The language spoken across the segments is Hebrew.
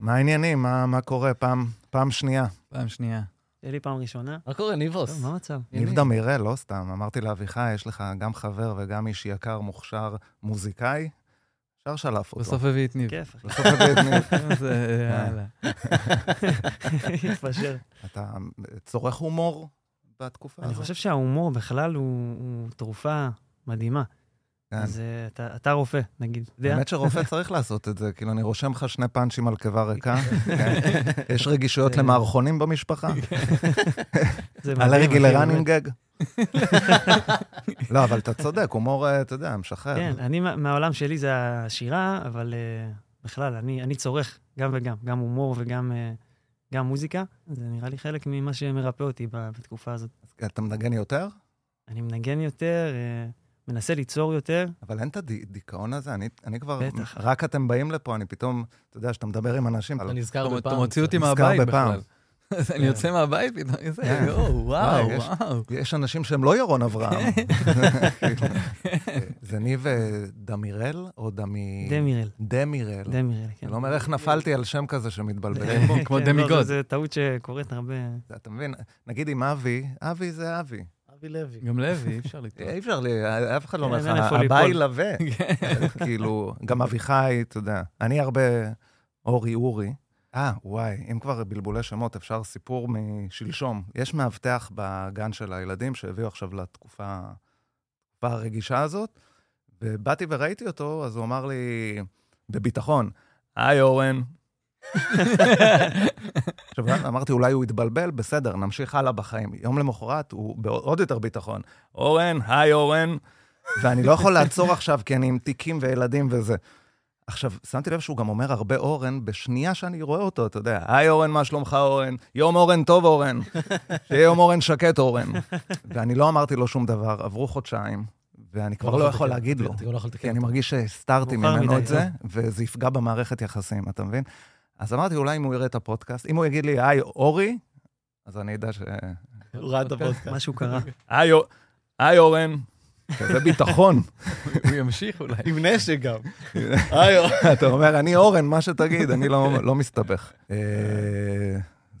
מה העניינים? מה, מה קורה? פעם, פעם שנייה. פעם שנייה. תהיה לי פעם ראשונה. מה קורה, ניבוס? טוב, מה המצב? ניב דמירל, לא סתם. אמרתי לאביחי, יש לך גם חבר וגם איש יקר, מוכשר, מוזיקאי. אפשר שלף אותו. בסוף הביא את ניב. כן, כיף, אחי. בסוף הביא את ניב. זה אה, יאללה. התפשר. אתה צורך הומור בתקופה אני הזאת? חושב שההומור בכלל הוא הוא תרופה מדהימה. כן. אז אה, אתה- אתה רופא, נגיד. יודע? האמת שרופא צריך לעשות את זה, כאילו, אני רושם לך שני פאנצ'ים על קיבה ריקה. כן. יש רגישויות זה- כן, למערכונים במשפחה? זה מדהים, אלרגי אחי, לרנינג באמת. גג? לא, אבל אתה צודק, הומור, אה, אתה יודע, משחרר. כן, אני מה- מהעולם שלי זה השירה, אבל אה, בכלל, אני אני צורך גם וגם, גם הומור וגם אה, גם מוזיקה. זה נראה לי חלק ממה שמרפא אותי ב- בתקופה הזאת. אתה מנגן יותר? אני מנגן יותר, אה, מנסה ליצור יותר. אה, אבל אין את הדיכאון הזה, אני, אני כבר... בטח. רק אתם באים לפה, אני פתאום, אתה יודע, שאתה מדבר עם אנשים, אתה על... נזכר אתה בפעם. מוציא אותי נזכר מהבית בפעם. בכלל. אז אני יוצא מהבית פתאום, איזה, כן. יואו, וואו, וואי, יש- וואו. יש אנשים שהם לא ירון אברהם. כן. זה ניב אה, דמירל או דמי... דמירל, דמירל. דמירל, כן. אני לא אומר איך נפלתי על שם כזה שמתבלבל. כמו- כמו כן, לא, דמיגוד. זה- זה טעות שקורית הרבה. אתה מבין? נגיד עם אבי, אבי זה אבי. אבי לוי. גם לוי, אי אפשר לטעות. אי אפשר, לי- אף אחד לא אומר אין, לך, כן, אין איפה הבא ליפול." ילווה. כן. כאילו, גם אביחי, אתה יודע. אני הרבה אורי אורי. אה, וואי, אם כבר בלבולי שמות, אפשר סיפור משלשום. יש מאבטח בגן של הילדים שהביאו עכשיו לתקופה התקופה הרגישה הזאת, ובאתי וראיתי אותו, אז הוא אמר לי, בביטחון, היי אורן. עכשיו, אמרתי, אולי הוא התבלבל, בסדר, נמשיך הלאה בחיים. יום למחרת, הוא בעוד יותר ביטחון. אורן, היי אורן. ואני לא יכול לעצור עכשיו, כי אני עם תיקים וילדים וזה. עכשיו, שמתי לב שהוא גם אומר הרבה אורן בשנייה שאני רואה אותו, אתה יודע, היי אורן, מה שלומך אורן? יום אורן טוב אורן. שיהיה יום אורן שקט אורן. ואני לא אמרתי לו שום דבר, עברו חודשיים, ואני כבר לא יכול להגיד לו. אתה גם לא יכול כי כן, לתקן. אני מרגיש שהסתרתי מאוחר ממנו מדי, כן. את זה, וזה יפגע במערכת יחסים, אתה מבין? אז אמרתי, אולי אם הוא יראה את הפודקאסט, אם הוא יגיד לי, היי, אורי, אז אני אדע ש... הוא ראה את הפודקאסט. משהו קרה. היי, אור- היי, אורן. כזה כן, ביטחון. הוא ימשיך אולי. עם נשק גם. היי, אוי. אתה אומר, אני אורן, מה שתגיד, אני לא לא מסתבך. אה,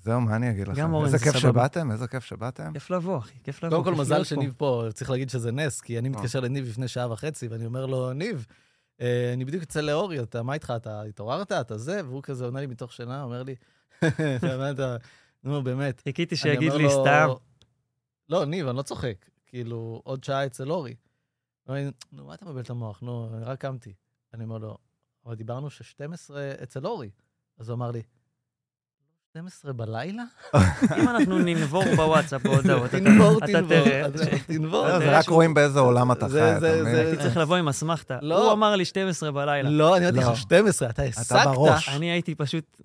זהו, מה אני אגיד לכם? גם אורן איזה זה כיף סבבה. שבאתם, איזה כיף שבאתם. כיף לבוא, אחי, כיף לבוא. קודם כל, כיף מזל להיות פה. שניב פה, צריך להגיד שזה נס, כי אני מתקשר לניב לפני שעה וחצי, ואני אומר לו, ניב, אה, אני בדיוק אצא לאורי, אתה, מה איתך, אתה התעוררת, אתה זה? והוא כזה עונה לי מתוך שינה, אומר לי, "מה אתה, נו, באמת. חיכיתי אני שיגיד אומר לי לו, סתם. לא, ניב, אני לא צוחק. כאילו, עוד שעה אצל אורי. הוא אומר לי, נו, מה אתה מבלבל את המוח? נו, אני רק קמתי. אני אומר לו, אבל דיברנו ש-12 אצל אורי. אז הוא אמר לי, 12 בלילה? אם אנחנו ננבור בוואטסאפ בהודעות, אתה- לא, תנבור, אתה תנבור. תראה. אתה- תנבור. אה, לא, זה זה רק שהוא- רואים באיזה עולם אתה חי, זה- אתה זה- מבין? זה- הייתי צריך לבוא עם אסמכתה. לא. הוא אמר לי 12 בלילה. לא, אני אמרתי לא. לך 12, אתה הסקת. בראש. אני הייתי פשוט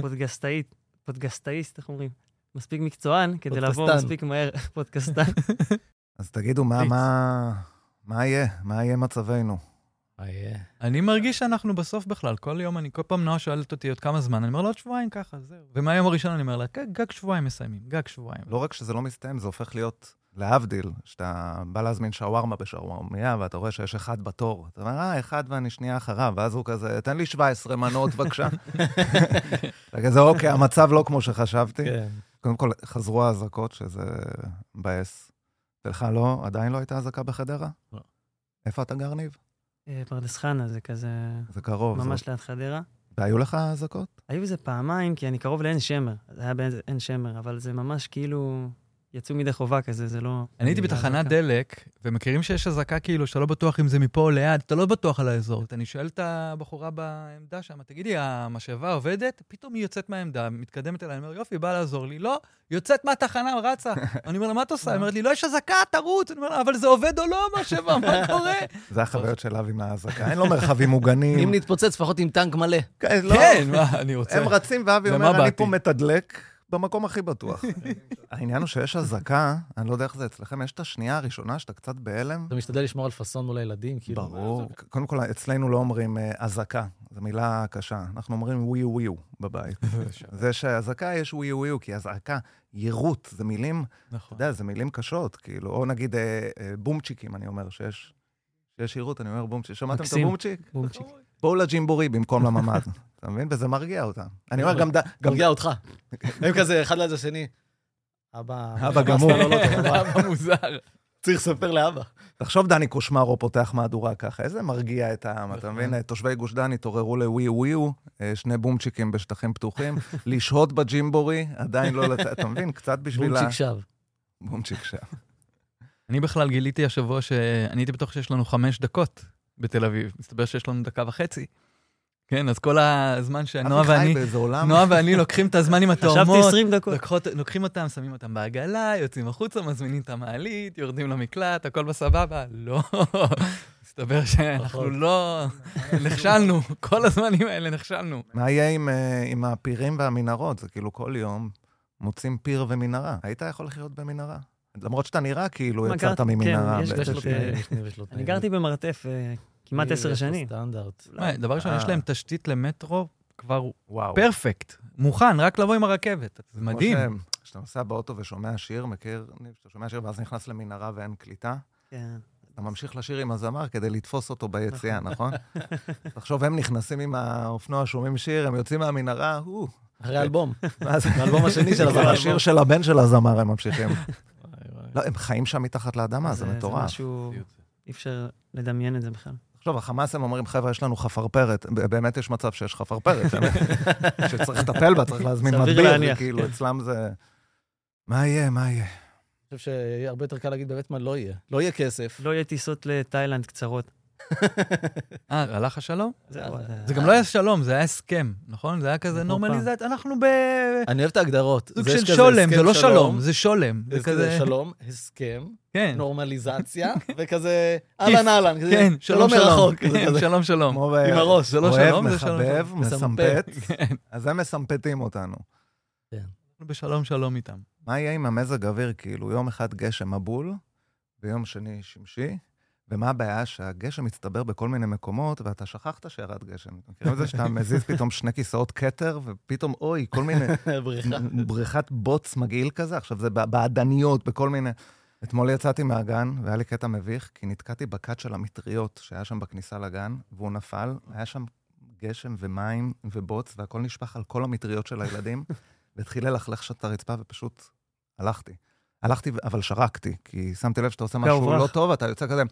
פודגסטאית, פודגסטאיסט, איך אומרים? מספיק מקצוען כדי לבוא פודקסטן. מספיק מהר, פודקסטן. אז תגידו, מה- מה- מה יהיה? מה יהיה מצבנו? אה, אני מרגיש שאנחנו בסוף בכלל, כל יום אני, כל פעם נועה שואלת אותי עוד כמה זמן, אני אומר לה עוד שבועיים ככה, זהו. ומהיום הראשון אני אומר לה, "גג- גג שבועיים מסיימים, גג שבועיים. לא רק שזה לא מסתיים, זה הופך להיות, להבדיל, שאתה בא להזמין שווארמה בשווארמיה, ואתה רואה שיש אחד בתור. אתה אומר, אה, אחד ואני שנייה אחריו, ואז הוא כזה, תן לי 17 מנות, בבקשה. אתה כזה, אוקיי, המצב לא כמו שחשבתי. כן. קודם כל, חזרו האזעקות, שזה מבאס. ולך לא, עדיין לא הייתה אזעקה בחדרה? לא. איפה אתה גר, ניב? אה, פרדס חנה זה כזה זה קרוב. זה- ממש ליד חדרה. לא. והיו לך אזעקות? היו איזה פעמיים, כי אני קרוב לעין שמר. זה היה בעין שמר, אבל זה ממש כאילו... יצאו מידי חובה כזה, זה לא... אני הייתי בתחנת דלק, ומכירים שיש אזעקה כאילו, שאתה לא בטוח אם זה מפה או ליד, אתה לא בטוח על האזור. אני שואל את הבחורה בעמדה שם, תגידי, המשאבה עובדת? פתאום היא יוצאת מהעמדה, מתקדמת אליי, אני אומר, יופי, היא באה לעזור לי. לא, היא יוצאת מהתחנה, רצה. אני אומר לה, מה את עושה? היא אומרת לי, לא, יש אזעקה, תרוץ. אני אומר לה, אבל זה עובד או לא, המשאבה, מה קורה? זה החוויות של אבי מהאזעקה. אין לו מרחבים מוגנים. לא. אם נתפוצץ, לפחות עם טנק מלא. כן, לא. כן, מה, אני רוצה... הם רצים, ואבי למה אומר, אני באתי?" פה מתדלק במקום הכי בטוח. העניין הוא שיש אזעקה, אני לא יודע איך זה אצלכם, יש את השנייה הראשונה שאתה קצת בהלם. אתה משתדל לשמור על פאסון מול הילדים, כאילו. ברור. קודם כל, אצלנו לא אומרים אה, אזעקה, זו מילה קשה. אנחנו אומרים וויו וויו בבית. זה שאזעקה יש וויו וויו, כי אזעקה, יירוט, זה מילים, אתה נכון. יודע, זה מילים קשות, כאילו, או נגיד אה, אה, בומצ'יקים, אני אומר, שיש שיש יירוט, אני אומר בומצ'יק. שמעתם את מקסים. הבומצ'יק? בומצ'יק. בואו לג'ימבורי במקום לממ"ד, אתה מבין? וזה מרגיע אותם. אני אומר, גם... ד- גם- מרגיע אותך. הם כזה, אחד ליד השני. אבא... אבא חמאס גמור. לא, לא כן, טוב, אבא. למה מוזר? צריך לספר לאבא. תחשוב, דני קושמרו פותח מהדורה ככה, איזה מרגיע את העם, אתה נכון. מבין? תושבי גוש דן התעוררו לווי וויו, אה, שני בומצ'יקים בשטחים פתוחים, לשהות בג'ימבורי, עדיין לא לצאת, אתה מבין? קצת בשביל ה... בומצ'יק שב. בומצ'יק שם. אני בכלל גיליתי השבוע שאני הייתי בטוח שיש לנו חמש דקות בתל אביב. מסתבר שיש לנו דקה וחצי. כן, אז כל הזמן שנועה אבי חי ואני, באיזה עולם. נועה ואני לוקחים את הזמן עם חשבתי התאומות, 20 דקות. לוקחות- לוקחים אותם, שמים אותם בעגלה, יוצאים החוצה, מזמינים את המעלית, יורדים למקלט, הכל בסבבה. לא, מסתבר שאנחנו פחות. לא... נכשלנו, כל הזמנים האלה נכשלנו. מה יהיה עם, אה, עם הפירים והמנהרות? זה כאילו כל יום מוצאים פיר ומנהרה. היית יכול לחיות במנהרה? למרות שאתה נראה כאילו מה, יצאת גרתי- ממנהרה. כן, יש- ב- יש לו ש- אה, אני גרתי במרתף אה, כמעט עשר שנים. סטנדרט. מה, לא. דבר ראשון, אה. יש להם תשתית למטרו כבר וואו. פרפקט, מוכן, רק לבוא עם הרכבת. זה כמו מדהים. ש- כשאתה נוסע באוטו ושומע שיר, מכיר, ניב, שאתה שומע שיר ואז נכנס למנהרה ואין קליטה, כן. אתה ממשיך לשיר עם הזמר כדי לתפוס אותו ביציאה, נכון? תחשוב, הם נכנסים עם האופנוע, שומעים שיר, הם יוצאים מהמנהרה, הוא. אחרי אלבום. ואז האלבום השני של הזמר. השיר של הבן של הזמר הם ממשיכים. לא, הם חיים שם מתחת לאדמה, זה זה מטורף. משהו, אי אפשר לדמיין את זה בכלל. עכשיו, החמאס הם אומרים, חבר'ה, יש לנו חפרפרת. ב- באמת יש מצב שיש חפרפרת, באמת. שצריך לטפל בה, צריך להזמין סביר מדביר, להניח, וכאילו, כן. אצלם זה... מה יהיה, מה יהיה? אני חושב שיהיה הרבה יותר קל להגיד באמת מה לא יהיה. לא יהיה כסף. לא יהיה טיסות לתאילנד קצרות. אה, אה, הלך השלום? זהו, זה גם לא היה שלום, זה היה הסכם, נכון? זה היה כזה כמו נורמליזט, אנחנו אני אוהב את ההגדרות. בסוג זה יש של כזה שולם, הסכם זה לא שלום, זה שולם. זה זה כזה כזה, שלום, הסכם, כן, נורמליזציה, וכזה אהלן אהלן, כזה כן, שלום שלום, מרחוק, כזה, כן, כזה. שלום שלום. כמו ב... עם הראש, זה לא לא אוהב, שלום, זה שלום, מחבב, מסמפת. מסמפת. כן, אז הם מסמפתים אותנו. אנחנו בשלום שלום איתם. מה יהיה עם המזג אוויר? כאילו, יום אחד גשם מבול, ויום שני שמשי, ומה הבעיה? שהגשם מצטבר בכל מיני מקומות, ואתה שכחת שירד גשם. אתם מכירים את זה שאתה מזיז פתאום שני כיסאות כתר, ופתאום, אוי, כל מיני... בריכה. בריכת בוץ מגעיל כזה, עכשיו זה ב- בעדניות, בכל מיני... אתמול יצאתי מהגן, והיה לי קטע מביך, כי נתקעתי בכת של המטריות שהיה שם בכניסה לגן, והוא נפל, היה שם גשם ומים ובוץ, והכל נשפך על כל המטריות של הילדים, והתחיל ללכלך שם את הרצפה, ופשוט הלכתי. הלכתי, ו- אבל שרקתי, כי שמתי לב שאתה עושה משהו כאוברח. לא טוב, אתה יוצא כזה...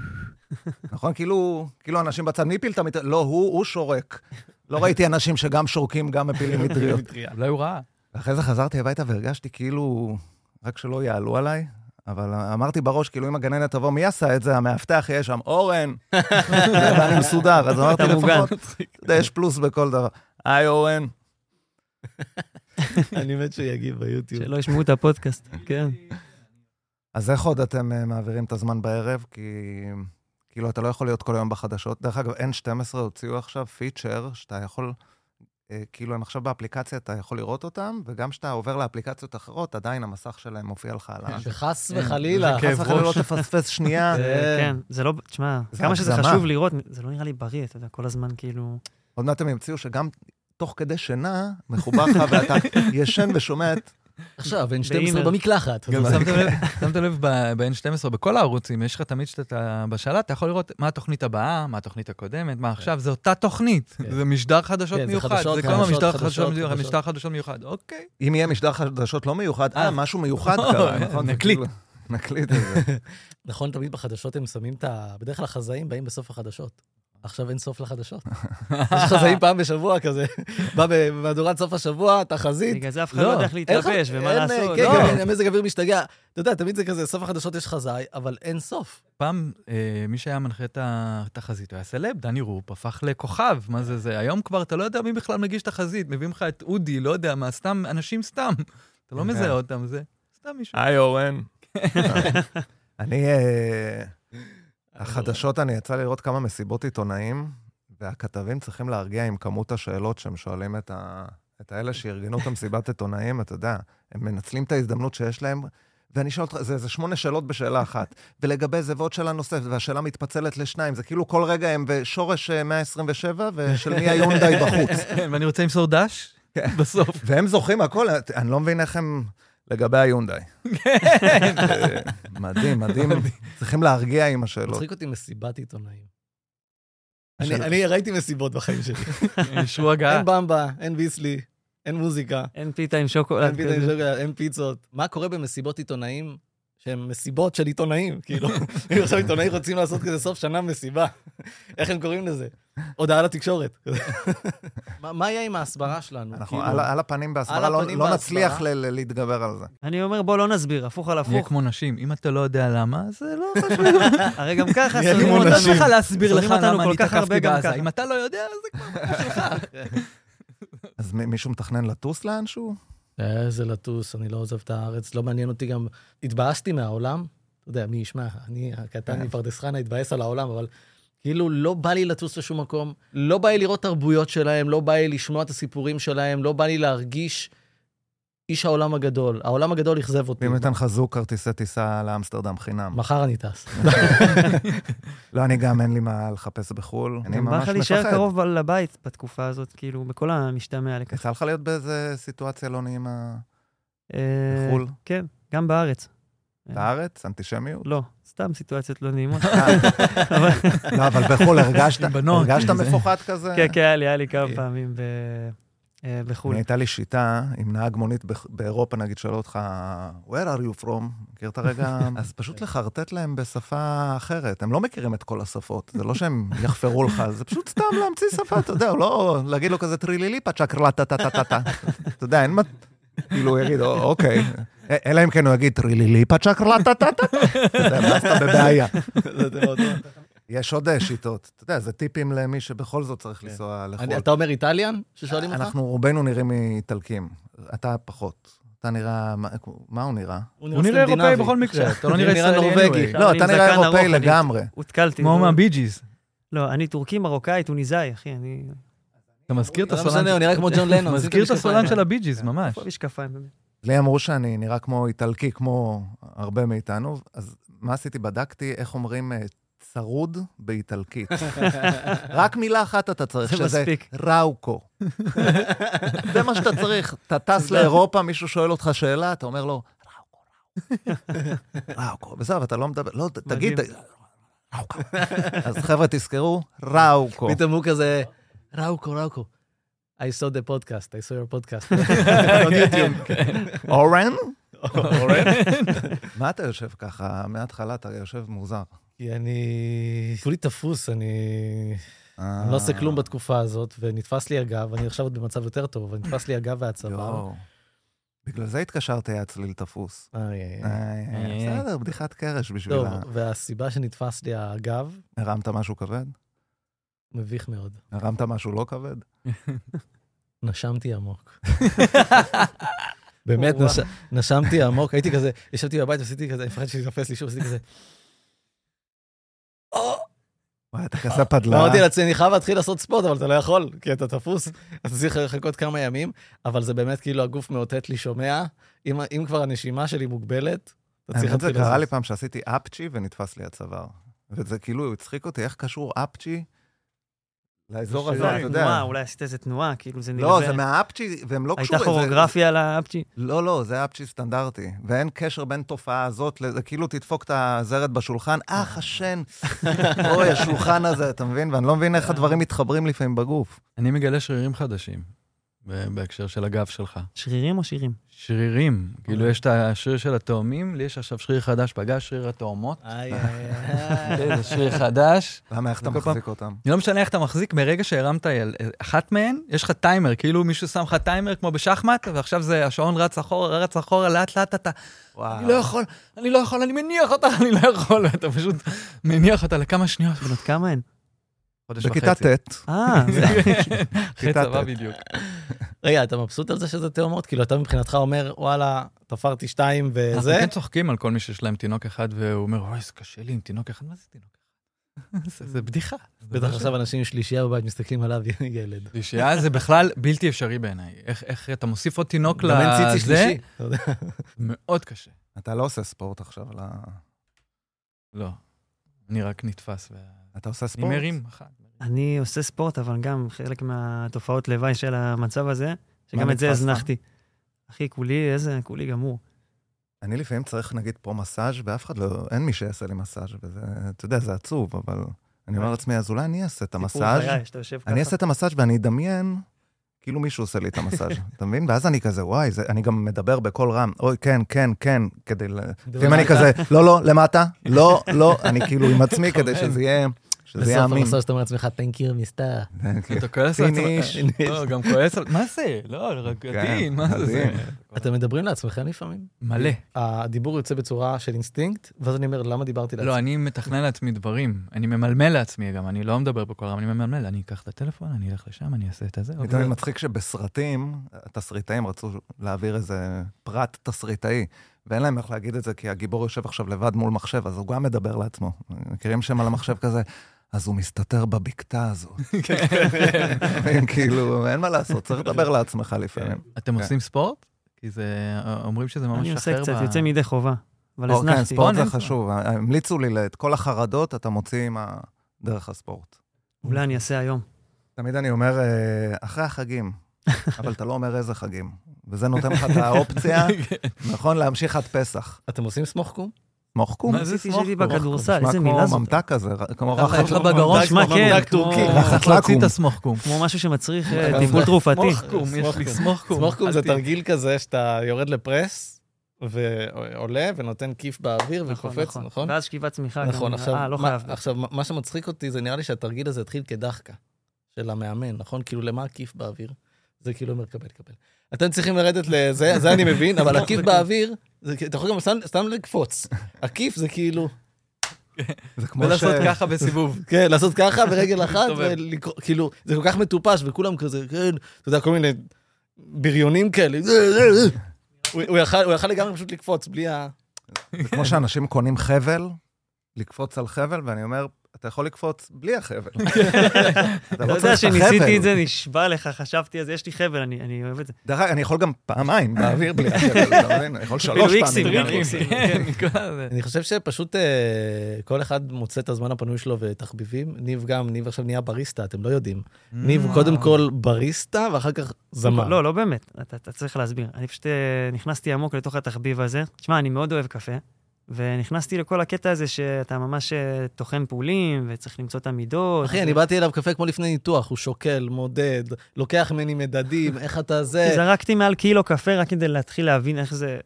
נכון? כאילו, כאילו אנשים בצד, מי הפיל את המטריות? לא, הוא, הוא שורק. לא ראיתי אנשים שגם שורקים, גם מפילים מטריות. אולי הוא ראה. ואחרי זה חזרתי הביתה והרגשתי כאילו, רק שלא יעלו עליי, אבל אמרתי בראש, כאילו אם הגננת תבוא, מי עשה את זה? המאבטח יהיה שם, אורן! ואני מסודר, אז אמרתי אתה מוגן. לפחות, אתה יודע, יש פלוס בכל דבר. היי אורן, אני מת שהוא יגיב ביוטיוב. שלא ישמעו את הפודקאסט, כן. אז איך עוד אתם אה, מעבירים את הזמן בערב? כי כאילו, אתה לא יכול להיות כל היום בחדשות. דרך אגב, N12 הוציאו עכשיו פיצ'ר שאתה יכול, אה, כאילו, הם עכשיו באפליקציה, אתה יכול לראות אותם, וגם כשאתה עובר לאפליקציות אחרות, עדיין המסך שלהם מופיע לך על ה... שחס כן. וחלילה. חס וחלילה לא תפספס שנייה. כן. כן, זה לא, תשמע, אה. זה כמה שזה הגזמה. חשוב לראות, זה לא נראה לי בריא, אתה יודע, כל הזמן כאילו... עוד מעט הם ימציאו שגם תוך כדי שינה, מחובר לך ואתה ישן ושומע את... עכשיו, אין באימייל. 12 במקלחת. גם שמתם לב- שמתם לב ב-N12, בכל הערוצים, יש לך תמיד שאתה בשלט, אתה יכול לראות מה התוכנית הבאה, מה התוכנית הקודמת, מה עכשיו, זה אותה תוכנית. כן. זה משדר חדשות כן, זה מיוחד, חדשות, זה כל חדשות, הזמן משדר חדשות, חדשות מיוחד, חדשות. משדר חדשות מיוחד, אוקיי. אם יהיה משדר חדשות לא מיוחד, אה, אה. משהו מיוחד קרה, אה, נכון? נקליט. זה כאילו- נקליט את זה. נכון, תמיד בחדשות הם שמים את ה... בדרך כלל החזאים באים בסוף החדשות. עכשיו אין סוף לחדשות. יש חזאים פעם בשבוע כזה. בא במהדורת סוף השבוע, תחזית. בגלל זה אף אחד לא, לא יודע איך להתלבש אין- ומה אין- לעשות. כן, לא. כן, אין- המזג אוויר משתגע. אתה יודע, תמיד זה כזה, סוף החדשות יש חזאי, אבל אין סוף. פעם, אה, מי שהיה מנחה את התחזית, הוא היה סלב, דני רופ הפך לכוכב, מה זה זה? היום כבר אתה לא יודע מי בכלל מגיש תחזית, מביאים לך את אודי, לא יודע מה, סתם, אנשים סתם. אתה לא כן. מזהה אותם, זה סתם מישהו. היי אורן. אני... אה, החדשות, אני יצא לי לראות כמה מסיבות עיתונאים, והכתבים צריכים להרגיע עם כמות השאלות שהם שואלים את ה... את האלה שארגנו את המסיבת עיתונאים, אתה יודע, הם מנצלים את ההזדמנות שיש להם, ואני אשאל אותך, זה, זה שמונה שאלות בשאלה אחת, ולגבי זה ועוד שאלה נוספת, והשאלה מתפצלת לשניים, זה כאילו כל רגע הם אה, שורש 127 ושל מי היונדאי בחוץ. כן, ואני רוצה למסור דש בסוף. והם זוכרים הכל, אני לא מבין איך הם... לגבי היונדאי. אה, מדהים, מדהים. צריכים להרגיע עם השאלות. מצחיק אותי מסיבת עיתונאים. לא. אני- אני ראיתי מסיבות בחיים שלי. אישרו אה. הגעה. אין במבה, אין ביסלי, אין מוזיקה, אין פיתה עם אה, שוקולד. כן. אין פיתה עם כזה. שוקולד, אין פיצות. מה קורה במסיבות עיתונאים שהן מסיבות של עיתונאים? כאילו, אם עכשיו עיתונאים רוצים לעשות כזה סוף שנה מסיבה, איך הם קוראים לזה? הודעה לתקשורת. מה מה יהיה עם ההסברה שלנו? אנחנו כאילו, על על הפנים בהסברה, על לא- הפנים לא בהסברה. נצליח ל- ל- להתגבר על זה. אני אומר, בוא לא נסביר, הפוך על נהיה הפוך. כמו נשים, אם אתה לא יודע למה, אז לא חשוב. הרי גם ככה נהיה שונאים כמו אני אותנו. לא צריך להסביר לך שונאים אותנו למה כל אני כך הרבה תקפתי גם בעזה. ככה. אם אתה לא יודע, אז זה כבר בעיה שלך. אז מ- מישהו מתכנן לטוס לאנשהו? איזה לטוס, אני לא עוזב את הארץ, לא מעניין אותי גם... התבאסתי מהעולם, אתה יודע, מי ישמע, אני הקטן מפרדס חנה התבאס על העולם, אבל כאילו לא בא לי לטוס לשום מקום, לא בא לי לראות תרבויות שלהם, לא בא לי לשמוע את הסיפורים שלהם, לא בא לי להרגיש איש העולם הגדול. העולם הגדול אכזב אותי. ואם נתן לך זוג כרטיסי טיסה לאמסטרדם חינם. מחר אני טס. לא, אני גם, אין לי מה לחפש בחו"ל. אני גם בא ממש לך מפחד. להישאר קרוב ב- לבית בתקופה הזאת, כאילו, בכל המשתמע לכך. יצא לך להיות באיזה סיטואציה לא נעימה אה, בחו"ל? כן, גם בארץ. בארץ? אנטישמיות? לא, סתם סיטואציות לא נעימות. אה, לא, אבל בחו"ל הרגשת, עם בנות, הרגשת עם זה. מפוחד כזה? כן, כן, היה לי, היה לי כמה אה. פעמים ב- אה, בחו"ל. אני, הייתה לי שיטה עם נהג מונית בח- באירופה, נגיד, שואל אותך, where are you from? מכיר את הרגע? אז פשוט לחרטט להם בשפה אחרת. הם לא מכירים את כל השפות, זה לא שהם יחפרו לך, זה פשוט סתם להמציא שפה, אתה יודע, לא להגיד לו כזה טריליליפה צ'קרלה טה טה טה טה טה. אתה יודע, אין מה... כאילו, הוא יגיד, "או- אוקיי. א- אלא אם כן הוא יגיד טריליליפה צ'קרלה טה טה טה. אתה יודע, ואז אתה בבעיה. יש עוד אה, שיטות. אתה יודע, זה טיפים למי שבכל זאת צריך כן. לנסוע לחו"ל. אני- אתה אומר איטליאן? ששואלים אותך? אנחנו רובנו נראים איטלקים, אתה פחות. אתה נראה, מה- מה הוא נראה? הוא נראה סקנדינבי. אירופאי בכל מקרה, אתה לא נראה ישראלי נורבגי. anyway. לא, לא, אני אתה עם נראה זקן אירופאי ארוך, אני- לגמרי. הותקלתי. כמו זה- מהביג'יז. לא, אני טורקי, מרוקאי, טוניסאי, אחי, אני... אתה מזכיר את לא הסולן משנה, הוא נראה כמו ג'ון לנון. מזכיר את הסולן של ה... הביג'יז, אה. ממש. איפה משקפיים? באמת? לי אמרו שאני נראה כמו איטלקי, כמו הרבה מאיתנו, אז מה עשיתי? בדקתי איך אומרים אה, צרוד באיטלקית. רק מילה אחת אתה צריך, זה שזה מספיק. ראוקו. זה מה שאתה צריך. אתה טס לאירופה, מישהו שואל אותך שאלה, אתה אומר לו, ראוקו, ראוקו. ראוקו, וזהו, ואתה לא מדבר, לא, ת- תגיד, מדהים. ראוקו. אז חבר'ה, תזכרו, ראוקו. פתאום הוא כזה, ראוקו, ראוקו. I saw the podcast, I saw your podcast. אורן? אורן? מה אתה יושב ככה? מההתחלה אתה יושב מוזר. כי אני... כולי תפוס, אני אני אני אה, לא עושה כלום בתקופה הזאת, ונתפס לי הגב, אני עכשיו עוד במצב יותר טוב, אבל נתפס לי הגב והצוואר. יואו. בגלל זה התקשרת, היה צליל תפוס. איי, איי, איי, איי. איי, איי. אה, בסדר, בדיחת קרש בשביל אה, טוב, ה... והסיבה שנתפס לי הגב, הרמת משהו כבד? מביך מאוד. הרמת משהו לא כבד? נשמתי עמוק. באמת, וואו. נש- נשמתי עמוק, הייתי כזה, ישבתי בבית ועשיתי כזה, אני מפחד שתתפס לי שוב, עשיתי כזה. וואי, אתה כזה פדלה. אה, אמרתי לעצמי, אני חייב להתחיל לעשות ספורט, אבל אתה לא יכול, כי אתה תפוס, אז צריך לחכות כמה ימים, אבל זה באמת כאילו הגוף מאותת לי שומע, אם אם כבר הנשימה שלי מוגבלת, אתה צריך האמת זה להתחיל קרה לי לזוז. פעם שעשיתי אפצ'י ונתפס לי הצוואר. וזה כאילו הצחיק אותי, איך קשור אפצ'י לאזור הזה, אולי לא, אתה יודע. תנועה, אולי עשית איזה תנועה, כאילו זה נלווה. לא, זה מהאפצ'י, והם לא הייתה קשורים. זה- כורוגרפיה על האפצ'י? לא, לא, זה היה פצ'י סטנדרטי. ואין קשר בין תופעה הזאת, לזה, כאילו תדפוק את הזרת בשולחן, אה. אך, השן, אוי, השולחן הזה, אתה מבין? ואני לא אה. מבין איך הדברים מתחברים לפעמים בגוף. אני מגלה שרירים חדשים, ב- בהקשר של הגב שלך. שרירים או שירים? שרירים, אוקיי. כאילו יש את השריר של התאומים, לי יש עכשיו שריר חדש בגש, שריר התאומות. כן, איי, איי, איי. זה שריר חדש. למה, איך אתה וכל פעם- מחזיק אותם? לא משנה איך אתה מחזיק, מרגע שהרמת אל- אחת מהן, יש לך טיימר, כאילו מישהו שם לך טיימר כמו בשחמט, ועכשיו זה השעון רץ אחורה, רץ אחורה, לאט לאט אתה, אני לא וואו. יכול, אני לא יכול, אני מניח אותה, אני לא יכול, אתה פשוט מניח אותה לכמה שניות. בנות כמה הן? חודש בכיתה וחצי. ט', אה, זה- אחרי כיתה צבא ט'. בדיוק. רגע, אתה מבסוט על זה שזה תאומות? כאילו, אתה מבחינתך אומר, וואלה, תפרתי שתיים אנחנו אה, וזה? כן צוחקים על כל מי שיש להם תינוק אחד, והוא אומר, אוי, זה קשה לי עם תינוק אחד, מה זה תינוק אחד? זה- זה בדיחה. בטח עכשיו אנשים עם שלישייה בבית מסתכלים עליו, ילד. שלישייה זה בכלל בלתי אפשרי בעיניי. איך- איך אתה מוסיף עוד תינוק גם אין ציצי לזה? שלישי. אתה יודע. מאוד קשה. אתה לא עושה ספורט עכשיו, לא. לא, אני רק נתפס. ו- אתה עושה אני ספורט? מרים אחת. אני עושה ספורט, אבל גם חלק מהתופעות לוואי של המצב הזה, שגם מה את זה נתפסת? הזנחתי. אחי, כולי איזה, כולי גמור. אני לפעמים צריך, נגיד, פה מסאז', ואף אחד לא, אין מי שיעשה לי מסאז', וזה, אתה יודע, זה עצוב, אבל אני אה. אומר לעצמי, אז אולי אני אעשה את סיפור המסאז', חיי, שאתה יושב ככה. אני אעשה את המסאז' ואני אדמיין כאילו מישהו עושה לי את המסאז', אתה מבין? ואז אני כזה, וואי, זה- אני גם מדבר בקול רם, אוי, כן, כן, כן, כדי ל... ואם אני כזה, לא, לא, למטה, לא, לא, אני כאילו עם עצמי כדי שזה יהיה, שזה יהיה בסוף אמין. המסע שאתה אומר לעצמך, thank you, מיסטר. כן, כן. אתה כועס על פיניש. עצמך. לא, גם כועס על... מה זה? לא, רק כן, עדין, מה זה? זה? מדהים. אתם מדברים לעצמכם לפעמים? מלא. הדיבור יוצא בצורה של אינסטינקט, ואז אני אומר, למה דיברתי לעצמי? לא, אני מתכנן לעצמי דברים. אני ממלמל לעצמי גם, אני לא מדבר בקול רם, אני ממלמל. אני אקח את הטלפון, אני אלך לשם, אני אעשה את הזה. אוקיי. אוקיי. אני תמיד מצחיק שבסרטים, התסריטאים רצו להעביר איזה פרט תסריטאי, ואין להם איך להגיד את זה, כי הגיבור יושב עכשיו לבד מול מחשב, אז הוא גם מדבר לעצמו. מכירים שם על המחשב כזה? אז הוא מסתתר בבקתה הזו. כן, כאילו, אין מה לעשות, צריך לדבר לעצמך לפעמים. אתם כן. עושים ספורט? כי זה, אומרים שזה ממש אחר. אני עושה קצת, ב- יוצא מידי חובה. אבל או, כן, הזנחתי. ספורט אין זה זמן. חשוב. המליצו לי את כל החרדות, אתה מוציא עם ה... דרך הספורט. אולי אני אעשה היום. תמיד אני אומר, אה, אחרי החגים, אבל אתה לא אומר איזה חגים. וזה נותן לך את האופציה, נכון, להמשיך עד פסח. אתם עולים סמוך-קום? מוח קום. מה זה עשיתי סמוך שהייתי פה? בכדורסל, נשמע איזה מילה כמו זאת. אה, ממתק כזה, ר- כמו ככה רחת יש לך בגרון, ממתק, נשמע ממתק כן, טורקי. כמו- רחת צריך להוציא לקום. לא את הסמוך-קום. כמו משהו שמצריך אה, אוקיי, אבל- טיפול תרופתי. סמוך-קום, יש לי סמוך-קום. סמוך-קום. סמוך-קום אל זה תהיה. תרגיל כזה שאתה יורד לפרס, ועולה ונותן כיף באוויר וקופץ, נכון? ואז שכיבת צמיחה. נכון, גם- עכשיו, אה, לא מה- חייב. עכשיו, מה- מה שמצחיק אותי זה נראה לי שהתרגיל הזה התחיל כדחקה של המאמן, נכון? כאילו, למה הכיף באוויר? זה כאילו אומר, קבל, קבל. אתם צריכים לרדת לזה, זה אני מבין, אבל הכיף באוויר, זה כ- אתה יכול גם סתם- סתם לקפוץ. הכיף זה כאילו, זה כמו ש... ולעשות ככה בסיבוב. כן, לעשות ככה ברגל אחת, מסתובב. ולקרוא- כאילו, זה כל כך מטופש, וכולם כזה, כן, אתה יודע, כל מיני בריונים כאלה. "אה, אה, אה." הוא- הוא יכל- הוא יכל לגמרי פשוט לקפוץ, בלי ה... זה כמו שאנשים קונים חבל, לקפוץ על חבל, ואני אומר, אתה יכול לקפוץ בלי החבל. לא אתה יודע שניסיתי את זה, נשבע לך, חשבתי על זה, יש לי חבל, אני אני אוהב את זה. דרך אגב, אני יכול גם פעמיים באוויר בלי החבל, אתה מבין? אני יכול שלוש אפילו פעמים. גם. באוויר. איקסים. כן, מכל הזה. אני חושב שפשוט אה, כל אחד מוצא את הזמן הפנוי שלו ותחביבים. ניב גם, ניב עכשיו נהיה בריסטה, אתם לא יודעים. ניב Mm. הוא קודם כל בריסטה, ואחר כך זמר. Mm. לא, לא באמת, אתה אתה צריך להסביר. אני פשוט אה, נכנסתי עמוק לתוך התחביב הזה. תשמע, אני מאוד אוהב קפה, ונכנסתי לכל הקטע הזה שאתה ממש אה, טוחן פעולים, וצריך למצוא את המידות. אחי, אני באתי אליו קפה כמו לפני ניתוח, הוא שוקל, מודד, לוקח ממני מדדים, איך אתה זה. זרקתי מעל קילו קפה רק כדי להתחיל להבין איך זה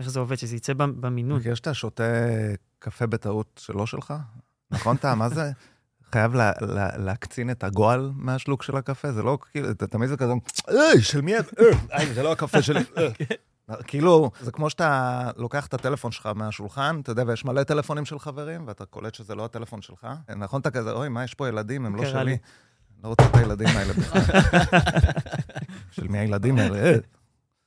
איך זה עובד, שזה יצא במ- במינון. מכיר שאתה שותה קפה בטעות שלא שלך? נכון, אתה, מה זה? חייב לה, לה, להקצין את הגועל מהשלוק של הקפה? זה לא כאילו, אתה תמיד זה כזה, איי, של מי את? אה, איי, זה לא הקפה שלי. אה." כאילו, זה כמו שאתה לוקח את הטלפון שלך מהשולחן, אתה יודע, ויש מלא טלפונים של חברים, ואתה קולט שזה לא הטלפון שלך. נכון, אתה כזה, אוי, מה, יש פה ילדים, הם לא קרה שלי. לי. לא רוצה את הילדים האלה בכלל. של מי הילדים האלה? אה.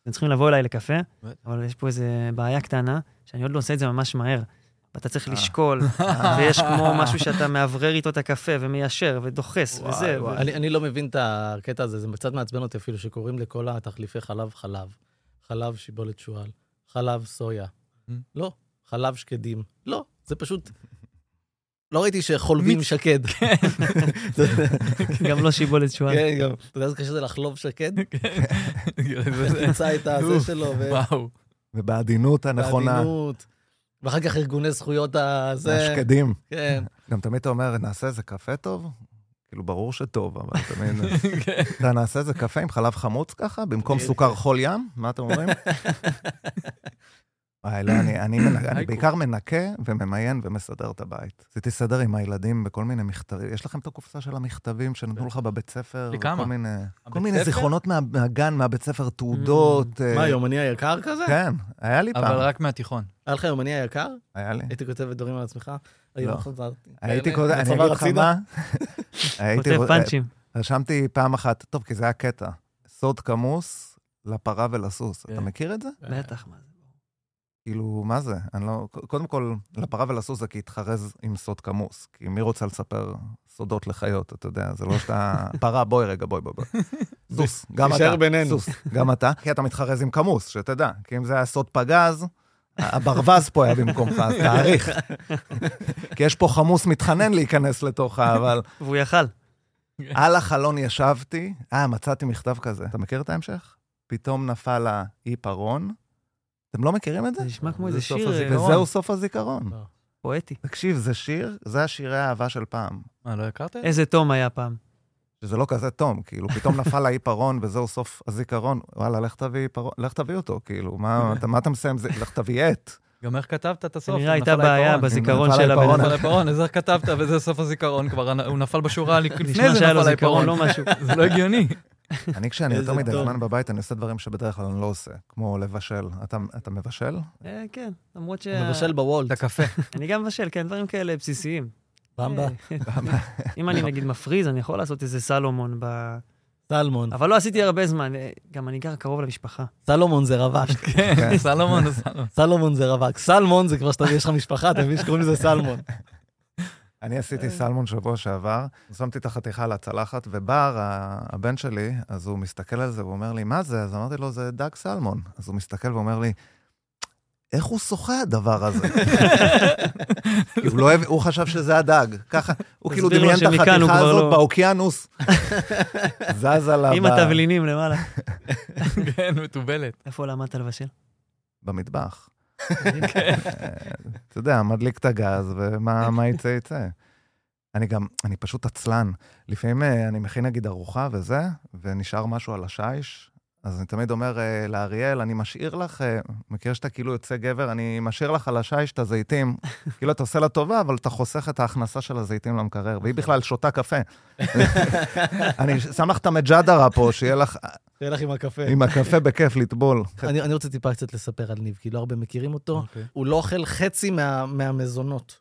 אתם צריכים לבוא אליי לקפה, באמת? אבל יש פה איזו בעיה קטנה, שאני עוד לא עושה את זה ממש מהר. ואתה צריך אה. לשקול, ויש כמו משהו שאתה מאוורר איתו את הקפה, ומיישר, ודוחס, וואי, וזה. ו- וואי. אני אני לא מבין את הקטע הזה, זה קצת מעצבן אותי אפילו, שקוראים לכל התחליפי חלב חלב. חלב שיבולת שועל, חלב סויה. Hmm? Mm. לא, חלב שקדים. לא, זה פשוט... לא ראיתי שחולבים שקד. כן, גם לא שיבולת שועל. כן, גם. אתה יודע איזה קשה זה לחלוב שקד? זה- תמצא את הזה אוף, שלו, וואו. ובעדינות הנכונה, ובעדינות. ואחר כך ארגוני זכויות הזה. השקדים. כן. גם תמיד אתה אומר, נעשה איזה קפה טוב? כאילו, ברור שטוב, אבל תמיד... אתה נעשה איזה קפה עם חלב חמוץ ככה, במקום סוכר חול ים? מה אתם אומרים? וואי, לא, אני, אני, מנק, אני הייקו. בעיקר מנקה וממיין ומסדר את הבית. עשיתי סדר עם הילדים בכל מיני מכתבים. יש לכם את הקופסה של המכתבים שנתנו לך בבית ספר? לכמה? וכל מיני, כל הבית מיני ספר? Mm. זיכרונות מה, מהגן, מהבית ספר, תעודות. אה, מה, יומני היקר כזה? כן, היה לי פעם. אבל רק מהתיכון. היה לך יומני היקר? היה לי. הייתי כותב דברים על עצמך? לא. הייתי באמת? קודם, אני בצוואר אגיד לך הצידה? מה. הייתי כותב רו- פאנצ'ים. רשמתי פעם אחת, טוב, כי זה היה קטע, סוד כמוס לפרה ולסוס. אתה כן. מכיר את זה? בטח, מה זה. כאילו, מה זה? אני לא... קודם כל, לפרה ולסוס זה כי התחרז עם סוד כמוס. כי מי רוצה לספר סודות לחיות, אתה יודע? זה לא שאתה... פרה, בואי רגע, בואי, בואי, בואי. סוס, גם אתה. תישאר בינינו. סוס, גם אתה. כי אתה מתחרז עם כמוס, שתדע. כי אם זה היה סוד פגז, הברווז פה היה במקומך, אז תעריך. כי יש פה חמוס מתחנן להיכנס לתוך ה... אבל והוא יכל. על החלון ישבתי, אה, מצאתי מכתב כזה. אתה מכיר את ההמשך? פתאום נפל העיפרון. אתם לא מכירים את זה? זה נשמע כמו זה איזה סוף שיר. הזיכרון. אה, וזהו סוף הזיכרון. לא. פואטי. תקשיב, זה שיר, זה השירי האהבה של פעם. מה, לא הכרת את זה? איזה תום היה פעם. שזה לא כזה תום, כאילו, פתאום נפל העיפרון וזהו סוף הזיכרון. וואלה, לך תביא עיפרון, לך תביא אותו, כאילו, מה אתה- מה אתה מסיים? זה- לך תביא עט. גם איך כתבת את הסוף? נפל כנראה הייתה בעיה העיפרון. בזיכרון נפל של הבן העיפרון. אדם. נפל העיפרון, אז איך כתבת וזה סוף הזיכרון כבר, הוא נפל בשורה לפני זה נשמע שהיה לו נפל זיכרון, העיפרון. לא משהו. זה לא הגיוני. אני, כשאני יותר איזה מדי טוב. זמן בבית, אני עושה דברים שבדרך כלל אני לא עושה, כמו לבשל. אתה- אתה מבשל? אה, כן, למרות ש... הוא מבשל בוולט. את הקפה. אני גם מבשל, כן, דברים כאלה בסיסיים. במבה. אה, אם אני נגיד מפריז, אני יכול לעשות איזה סלומון ב... סלמון. אבל לא עשיתי הרבה זמן, אה, גם אני גר קרוב למשפחה. סלומון זה רווק. כן, סלומון, סלומון. סלומון זה רווק. סלמון זה כבר שאתה, יש לך משפחה, אתה מבין שקוראים לזה סלמון. אני אה. עשיתי סלמון שבוע שעבר, שמתי את החתיכה על הצלחת, ובר, ה- הבן שלי, אז הוא מסתכל על זה ואומר לי, מה זה? אז אמרתי לו, זה דג סלמון. אז הוא מסתכל ואומר לי, איך הוא שוחה הדבר הזה? כי הוא לא הבין- הוא חשב שזה הדג. ככה, הוא כאילו תסביר לו דמיין את שמכאן הוא החתיכה כבר הזאת לא- באוקיינוס. זזה לה עם ב- התבלינים למעלה. כן, מתובלת. איפה למדת לבשל? במטבח. אה, אתה יודע, מדליק את הגז, ומה מה יצא יצא. אני גם, אני פשוט עצלן. לפעמים אה, אני מכין נגיד ארוחה וזה, ונשאר משהו על השיש, אז אני תמיד אומר אה, לאריאל, אני משאיר לך, אה, מכיר שאתה כאילו יוצא גבר, אני משאיר לך על השיש את הזיתים. כאילו, אתה עושה לה טובה, אבל אתה חוסך את ההכנסה של הזיתים למקרר, והיא בכלל שותה קפה. אני שם לך את המג'דרה פה, שיהיה לך תהיה לך עם הקפה. עם הקפה בכיף לטבול. אני אני רוצה טיפה קצת לספר על ניב, כי לא הרבה מכירים אותו. אוקיי. הוא לא אוכל חצי מה- מהמזונות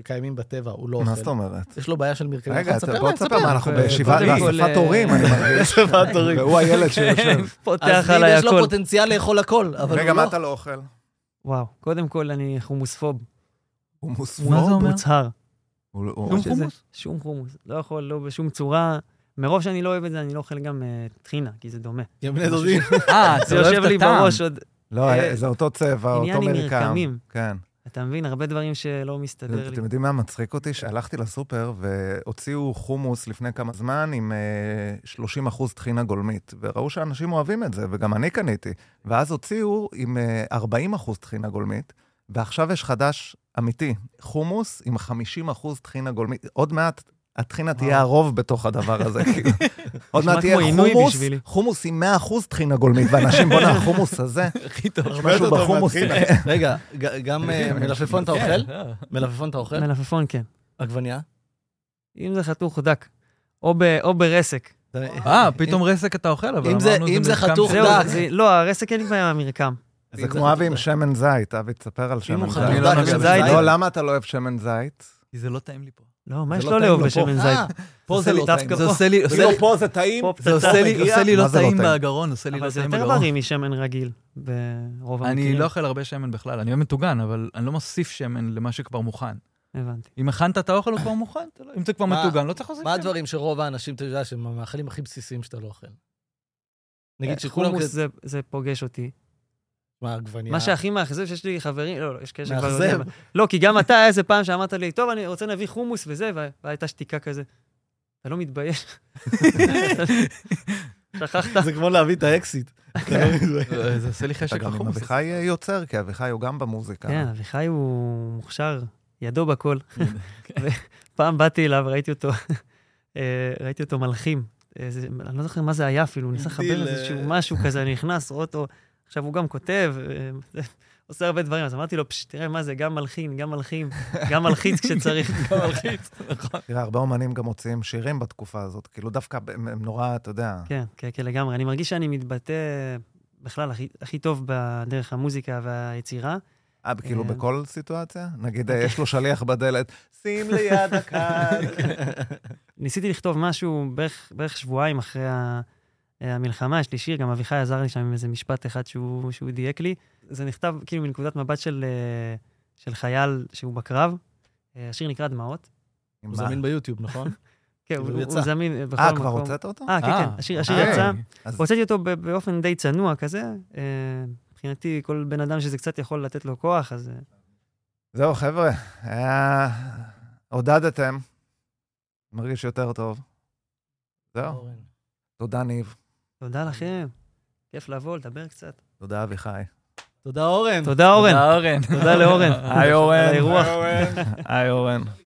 שקיימים בטבע, הוא לא מה זאת אוכל. אומרת? יש לו בעיה של מרקבים. רגע, תספר אתה- להם, אה, בוא תספר מה אנחנו אה, בישיבה, קודם כל, באספת אה, הורים, אני מרגיש. באספת הורים. והוא הילד שיושב. פותח אז ניב עליי יש לו הכל. פוטנציאל לאכול הכל, אבל רגע, הוא מה לא. אתה לא אוכל? וואו, קודם כל אני חומוספוב. הוא מה זה מוסמור? אומר? מוצהר. הוא- לא- הוא- שום שזה- חומוס? שום חומוס. לא יכול, לא בשום צורה. מרוב שאני לא אוהב את זה, אני לא אוכל גם אה, טחינה, כי זה דומה. יא בני דודים. אה, זה יושב לי בראש עוד... לא, אה, זה אותו צבע, אותו עניין עם מרקם. מרקמים. כן. אתה מבין? הרבה דברים שלא מסתדר לי. אתם יודעים מה מצחיק אותי? שהלכתי לסופר והוציאו חומוס לפני כמה זמן עם אה, 30 אחוז טחינה גולמית, וראו שאנשים אוהבים את זה, וגם אני קניתי. ואז הוציאו עם אה, 40 אחוז טחינה גולמית, ועכשיו יש חדש אמיתי, חומוס עם 50 אחוז טחינה גולמית. עוד מעט... הטחינה תהיה הרוב בתוך הדבר הזה, כאילו. עוד נשמע מעט תהיה כמו עינוי חומוס, בשבילי. חומוס עם 100% טחינה גולמית, ואנשים, בואנה, החומוס הזה, הכי טוב. יש משהו בחומוס. רגע, ג- גם אה, מלפפון אתה כן, אוכל? אה. מלפפון אתה אוכל? מלפפון, כן. עגבנייה? אם זה חתוך דק, או, ב, או ברסק. אה, פתאום רסק אתה אוכל, אבל אם זה- אמרנו אם זה מרקם חתוך של- זהו, דק. זה, לא, הרסק אין לי בעיה עם המרקם. זה כמו אבי עם שמן זית, אבי, תספר על שמן הוא זית. חתוך אני לא דק, נוגע שמן בזית. זית. לא, למה אתה לא אוהב שמן זית? כי זה לא טעים לי פה. לא, מה זה יש לא לו טעים לאהוב לו בשמן פה. זית? אה, פה זה עושה לי לא דווקא טעים. זה עושה לי, עושה לי- לא, פה זה טעים. פה זה פצצה. עושה לי, עושה לי לא מה זה לא טעים טעים? בגרון, עושה לי אבל לא זה טעים יותר אוקיי. בגרון. בריא משמן רגיל, ברוב המקרים. אני לא אוכל הרבה שמן בכלל, אני אוהב מטוגן, אבל אני לא מוסיף שמן למה שכבר מוכן. הבנתי. אם הכנת את האוכל, הוא כבר מוכן, אתה לא- אם זה כבר מה- מטוגן, לא צריך להוסיף מה שמן. הדברים שרוב האנשים, אתה יודע, שהם המאכלים הכי בסיסיים שאתה לא אוכל? נגיד שכולם אה, חומוס כזה, זה- זה פוגש אותי. מה, עגבנייה? מה שהכי מאכזב, שיש לי חברים, לא, לא, יש כאלה שכבר מאכזב. יודעים. לא, כי גם אתה, היה איזה פעם שאמרת לי, טוב, אני רוצה להביא חומוס וזה, וה- והייתה שתיקה כזה. אתה לא מתבייש? שכחת? זה כמו להביא את האקסיט. אתה כן. לא מבין? אה, זה עושה לי חשק אתה גם עם לחומוס. אביחי יוצר, כי אביחי הוא גם במוזיקה. כן, אביחי הוא מוכשר, ידו בכל. פעם באתי אליו, ראיתי אותו, אה, ראיתי אותו מלחים. איזה- אני לא זוכר מה זה היה אפילו, הוא ניסה דיל, לחבר איזשהו אה. משהו כזה, אני נכנס, רואה אותו, עכשיו הוא גם כותב, אה, עושה הרבה דברים, אז אמרתי לו, פשש, תראה מה זה, גם מלחין, גם מלחים, גם מלחיץ כשצריך. גם מלחיץ, נכון. תראה, הרבה אומנים גם מוציאים שירים בתקופה הזאת, כאילו דווקא הם הם נורא, אתה יודע, כן, כן, כן, לגמרי. אני מרגיש שאני מתבטא בכלל הכי- הכי טוב בדרך המוזיקה והיצירה. אה, כאילו אה. בכל סיטואציה? נגיד, אה, יש לו שליח בדלת, שים ליד הקהל. ניסיתי לכתוב משהו בערך, בערך שבועיים אחרי ה- המלחמה, יש לי שיר, גם אביחי עזר לי שם עם איזה משפט אחד שהוא, שהוא דייק לי. זה נכתב כאילו מנקודת מבט של, אה, של חייל שהוא בקרב. אה, השיר נקרא דמעות. עם הוא מה? זמין ביוטיוב, נכון? כן, כאילו, הוא, הוא הוא, יצא. זמין אה, בכל אה, מקום. כבר הוצאת אותו? אה, כן, כן, אה, השיר, השיר אוקיי. יצא. אז הוצאתי אותו ב- באופן די צנוע כזה. אה, מבחינתי, כל בן אדם שזה קצת יכול לתת לו כוח, אז... אה, זהו, חבר'ה, היה- עודדתם, מרגיש יותר טוב. זהו, אורן. תודה ניב, תודה לכם. כיף לבוא, לדבר קצת. תודה אביחי. תודה, אורן. תודה, אורן. אורן. תודה לאורן. היי אורן. על האירוח. היי אורן.